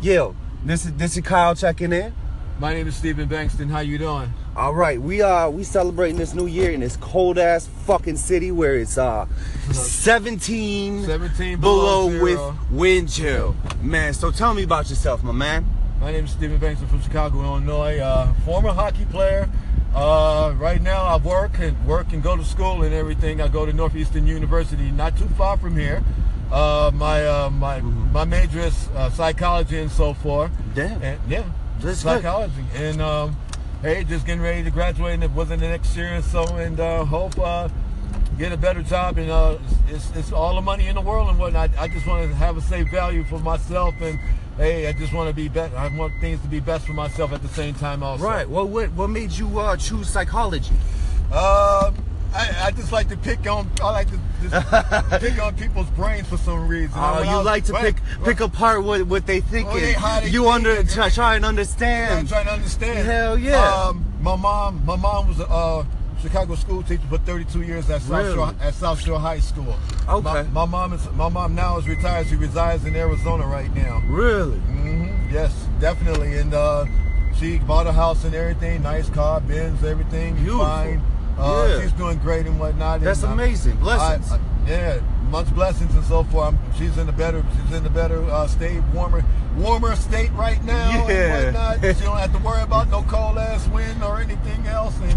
Yeah, this is this is Kyle checking in. My name is Stephen Bankston. How you doing? All right, we are we celebrating this new year in this cold ass fucking city where it's uh 17, 17 below, below with zero. wind chill. Man, so tell me about yourself, my man. My name is Stephen Bankston from Chicago, Illinois. Uh, former hockey player. Uh, right now, I work and work and go to school and everything. I go to Northeastern University, not too far from here. Uh, my uh, my my major is uh, psychology and so forth. Damn. And, yeah. That's good. psychology. And um, hey, just getting ready to graduate and it wasn't the next year or so, and uh, hope uh, get a better job. And uh, it's, it's all the money in the world and whatnot. I just want to have a safe value for myself, and hey, I just want to be best. I want things to be best for myself at the same time, also. Right. Well, what what made you uh, choose psychology? Um, I, I just like to pick on I like to just pick on people's brains for some reason. Oh, When I you was- like to when- pick pick apart what what they thinking. Oh, they- how they you think under and- try, try and I'm understand. trying to understand. Hell yeah. Um, my mom, my mom was a uh, Chicago school teacher for 32 years at South Really? Shore at South Shore High School. Okay. My, my mom is my mom now is retired. She resides in Arizona right now. Really? Mm-hmm. hmm Yes, definitely. And uh, she bought a house and everything, nice car, Benz, everything. Beautiful. Fine. Uh, Yeah. She's doing great and whatnot. That's and, uh, amazing. Blessings. I- I- yeah, much blessings and so forth. I'm, she's in the better, she's in the better uh, state, warmer, warmer state right now Yeah. and whatnot. she don't have to worry about no cold ass wind or anything else. And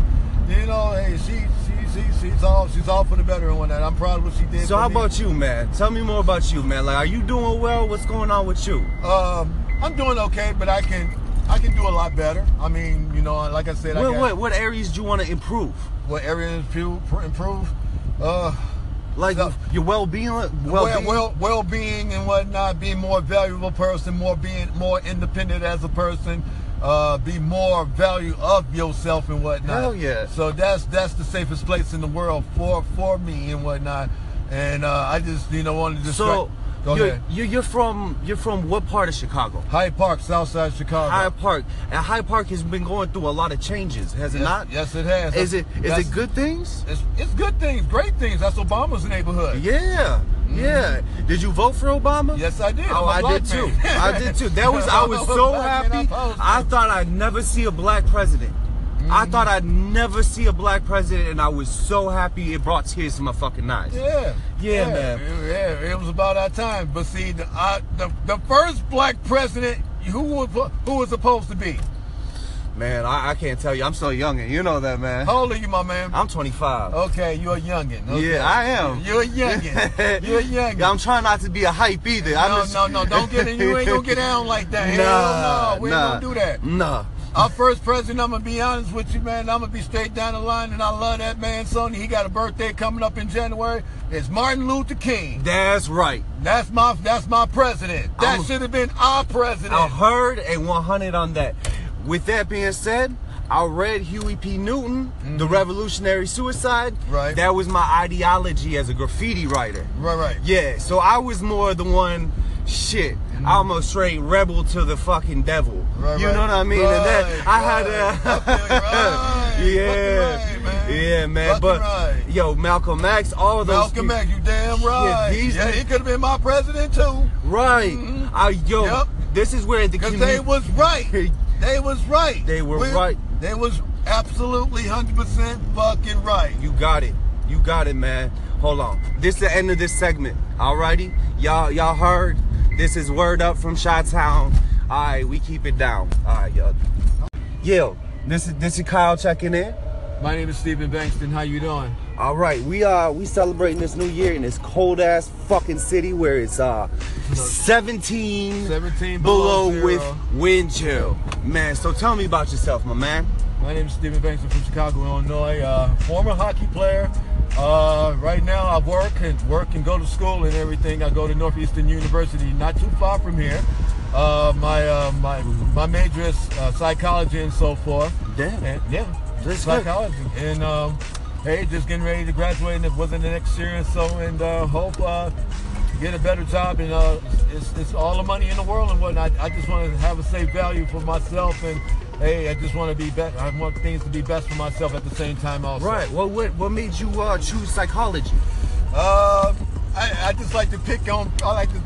you know, hey, she, she, she, she's all, she's all for the better and whatnot. I'm proud of what she did. so for how me. about you, man? Tell me more about you, man. Like, are you doing well? What's going on with you? Um, I'm doing okay, but I can I can do a lot better. I mean, you know, like I said, I What got, what what areas do you want to improve? what areas improve? improve uh, Like So- your well-being, well, well-being. well, well, being and whatnot. Be more valuable person, more being more independent as a person. Uh, be more value of yourself and whatnot. Hell yeah. So that's that's the safest place in the world for for me and whatnot. And uh, I just you know wanted to just so go you're, ahead. you're you're from you're from what part of Chicago? Hyde Park, Southside Chicago. Hyde Park. And Hyde Park has been going through a lot of changes, has it Yes- not? Yes, it has. Is it is That's- it good things? It's, it's good things, great things. That's Obama's neighborhood. Yeah, yeah. Did you vote for Obama? Mm. Yes, I did. Oh, I'm a I did black too. man. I did too. That was I was I'm a so black man, I happy. posed. I thought I'd never see a black president. I Mm-hmm. thought I'd never see a black president, and I was so happy it brought tears to my fucking eyes. Yeah. Yeah, man. Yeah, it was about our time. But see, the, I, the, the first black president who was who was supposed to be. Man, I, I can't tell you. I'm so young, and you know that, man. How old are you, my man? I'm 25. Okay, you're a youngin. Oh. Okay. Yeah, I am. You're a youngin. You're a youngin. I'm trying not to be a hype either. I'm no, just- no, no, don't get in. You ain't gonna get down like that. Hell no, we nah, ain't gonna do that. Nah. Our first president, I'm gonna be honest with you, man. I'm gonna be straight down the line, and I love that man, Sonny. He got a birthday coming up in January. It's Martin Luther King. That's right. That's my that's my president. That I'm- should have been our president. I heard a 100 on that. With that being said, I read Huey P. Newton, The Revolutionary Suicide. Mm-hmm. Right. That was my ideology as a graffiti writer. right, right. Yeah, so I was more the one, shit, I'm a straight rebel to the fucking devil. Right, you right. know what I mean? and that, Right, I had right. a. I feel you. Right. yeah. Fucking right, man. Yeah, man. Fucking but, right. yo, Malcolm X, all those. Malcolm peop- X, you damn right. these- Yeah, he could have been my president too. Right. I, yo, Yep. this is where the Mm-hmm. Cause they commu- was right. They was right. They were right. They was absolutely hundred percent fucking right. You got it. You got it, man. Hold on. This the end of this segment. Alrighty? Y'all y'all heard. This is word up from Chi Town. Alright, we keep it down. Alright, y'all. Yeah, this is this is Kyle checking in. My name is Stephen Bankston. How you doing? All right, we are we celebrating this new year in this cold ass fucking city where it's uh 17, 17 below, below with zero. wind chill. Man, so tell me about yourself, my man. My name is Stephen Banks I'm from Chicago, Illinois. Uh, former hockey player. Uh, right now, I work and work and go to school and everything. I go to Northeastern University, not too far from here. Uh, my uh, my my major is uh, psychology and so forth. Damn. And, yeah, That's good. psychology. And um, hey, just getting ready to graduate and it wasn't the next year or so. And uh, hope uh, get a better job. And uh, it's, it's all the money in the world and whatnot. I just want to have a safe value for myself. And hey, I just want to be best. I want things to be best for myself at the same time. Also, Right. Well, what what made you uh choose psychology? Um, I, I just like to pick on. I like to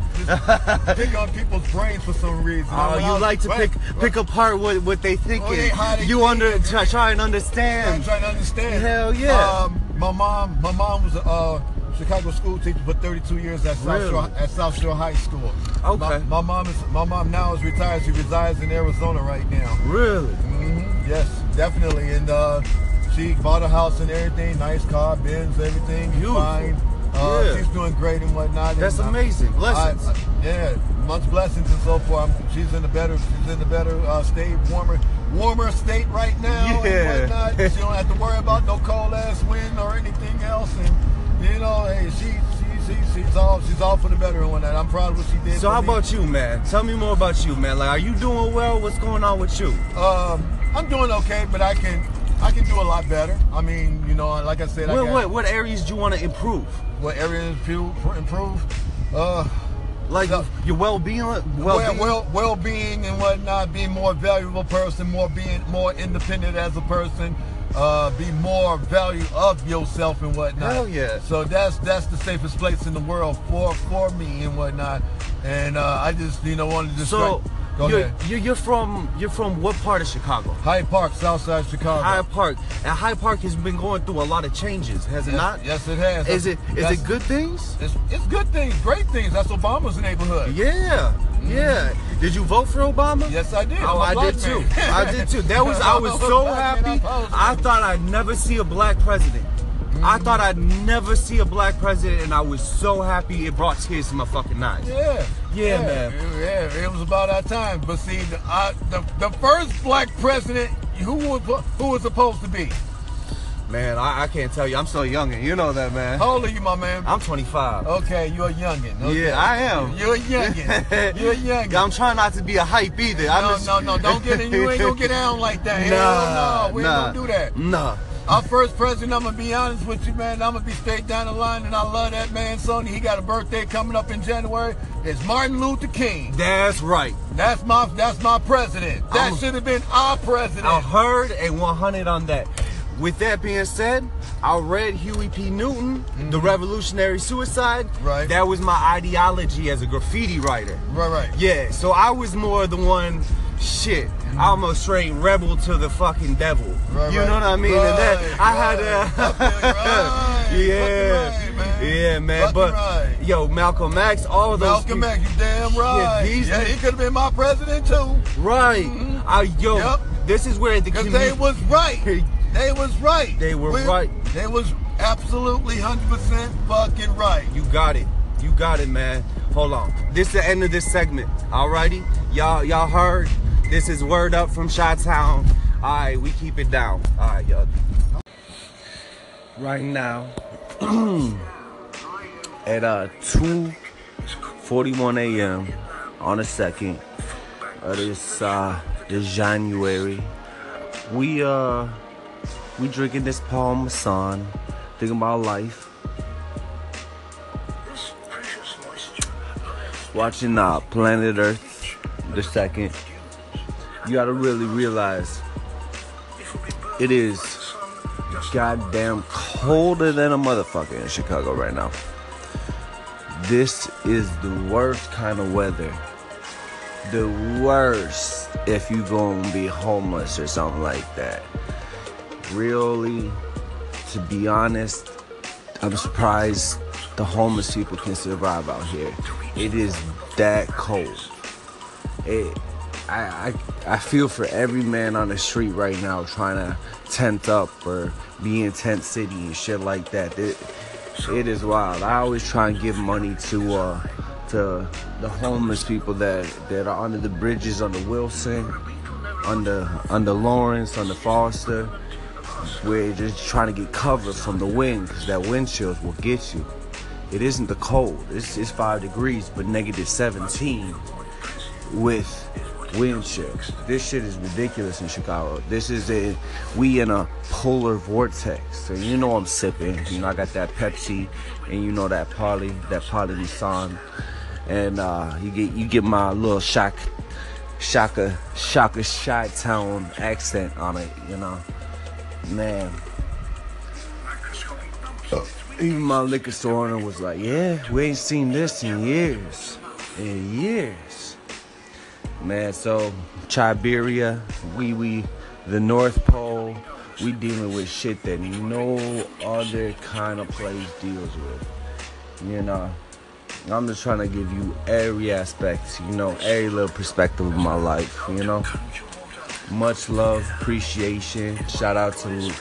just just pick on people's brains for some reason. Oh, I'm you out- like to right, pick right. pick apart what what they thinking. Oh, they- how they you think. under try, try and I'm understand. trying to understand. Hell yeah. Um, my mom, my mom was a uh, Chicago school teacher for 32 years at South Really? Shore at South Shore High School. Okay. My, my mom is my mom now is retired. She resides in Arizona right now. Really? hmm Yes, definitely. And uh, she bought a house and everything, nice car, Benz, everything. Beautiful. Fine. Uh, Yeah. She's doing great and whatnot. That's and I- amazing. Blessings. I- I- yeah, much blessings and so forth. I'm- she's in a better, she's in a better uh, state, warmer, warmer state right now Yeah. and whatnot. she don't have to worry about no cold ass wind or anything else. And you know, hey, she, she, she she's all, she's all for the better and whatnot. I'm proud of what she did. so for how me. about you, man? Tell me more about you, man. Like, are you doing well? What's going on with you? Um, I'm doing okay, but I can I can do a lot better. I mean, you know, like I said, I What got- what what areas do you want to improve? what area is improve? improve? Uh, Like So- your well-being, well, well-being. well, well being and whatnot. Be more valuable person, more being more independent as a person. Uh, be more value of yourself and whatnot. Hell yeah. So that's that's the safest place in the world for for me and whatnot. And uh, I just you know wanted to just so go you're, ahead. you're you're from you're from what part of Chicago? Hyde Park, Southside Chicago. Hyde Park. And Hyde Park has been going through a lot of changes, has it Yes- not? Yes, it has. Is it is That's- it good things? It's, it's good things, great things. That's Obama's neighborhood. Yeah, yeah. Did you vote for Obama? Yes, I did. Oh, I'm a I black did man. too. I did too. That was I was I'm a so black man. happy. I'm a- I thought I'd never see a black president. Mm-hmm. I thought I'd never see a black president, and I was so happy it brought tears to my fucking eyes. Yeah. Yeah, man. Yeah, it was about our time. But see, the, I, the, the first black president who was who was supposed to be. Man, I, I can't tell you. I'm so young, and you know that, man. How old are you, my man? I'm 25. Okay, you're a youngin. Okay. Yeah, I am. You're a youngin. You're a youngin. I'm trying not to be a hype either. I'm no, just- no, no, don't get in. You ain't gonna get down like that. Hell no, we nah, ain't gonna do that. Nah. Our first president, I'm gonna be honest with you, man. I'm gonna be straight down the line, and I love that man, Sonny. He got a birthday coming up in January. It's Martin Luther King. That's right. That's my that's my president. That I'm- should have been our president. I heard a 100 on that. With that being said, I read Huey P. Newton, The Revolutionary Suicide. Mm-hmm. Right. That was my ideology as a graffiti writer. right, right. Yeah, so I was more the one, shit, I'm a straight rebel to the fucking devil. Mm-hmm. Right, you right. know what I mean? and that, Right, I had right. a. I feel you. Right. yeah. Fucking right, man. Yeah, man. Fucking but, right. yo, Malcolm X, all those. Malcolm peop- X, you damn right. Yeah, these- he could have been my president too, Right. I, yo, Yep. this is where the Mm-hmm. cause they commu- was right. They was right. They were right. They was absolutely hundred percent fucking right. You got it. You got it, man. Hold on. This is the end of this segment. Alrighty? Y'all y'all heard. This is word up from Chi Town. Alright, we keep it down. Alright, y'all. Right now at uh two forty one AM on the second of this uh this January. We uh we drinking this Paul Masson, thinking about life. watching uh, Planet Earth the second, you gotta really realize it is goddamn colder than a motherfucker in Chicago right now. This is the worst kind of weather. The worst if you gonna be homeless or something like that. Really, to be honest, I'm surprised the homeless people can survive out here. It is that cold. It, I, I, I feel for every man on the street right now trying to tent up or be in tent city and shit like that. It, it is wild. I always try and give money to uh, to the homeless people that, that are under the bridges, under Wilson, under under Lawrence, under Foster. We're just trying to get cover from the wind because that wind chills will get you. It isn't the cold. It's, it's five degrees, but negative 17 with wind chills. This shit is ridiculous in Chicago. This is a we in a polar vortex. So you know I'm sipping. You know I got that Pepsi, and you know that Polly, that Polly Nissan, and uh, you get you get my little shock, shaka, shaka, shy town accent on it. You know, man. Even my liquor store owner was like, "Yeah, we ain't seen this in years." in years. Man, so Chiberia, we we the North Pole, we dealing with shit that no other kind of place deals with. You know. I'm just trying to give you every aspect, you know, every little perspective of my life, you know. Much love, appreciation. Shout out to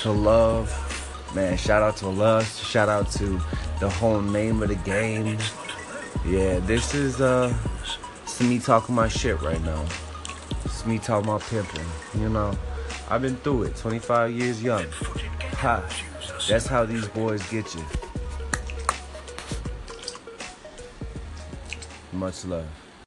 to love, man. Shout out to lust. Shout out to the whole name of the game. Yeah, this is uh, it's me talking my shit right now. It's me talking my pimping. You know, I've been through it. 25 years young. Ha. That's how these boys get you. Much love.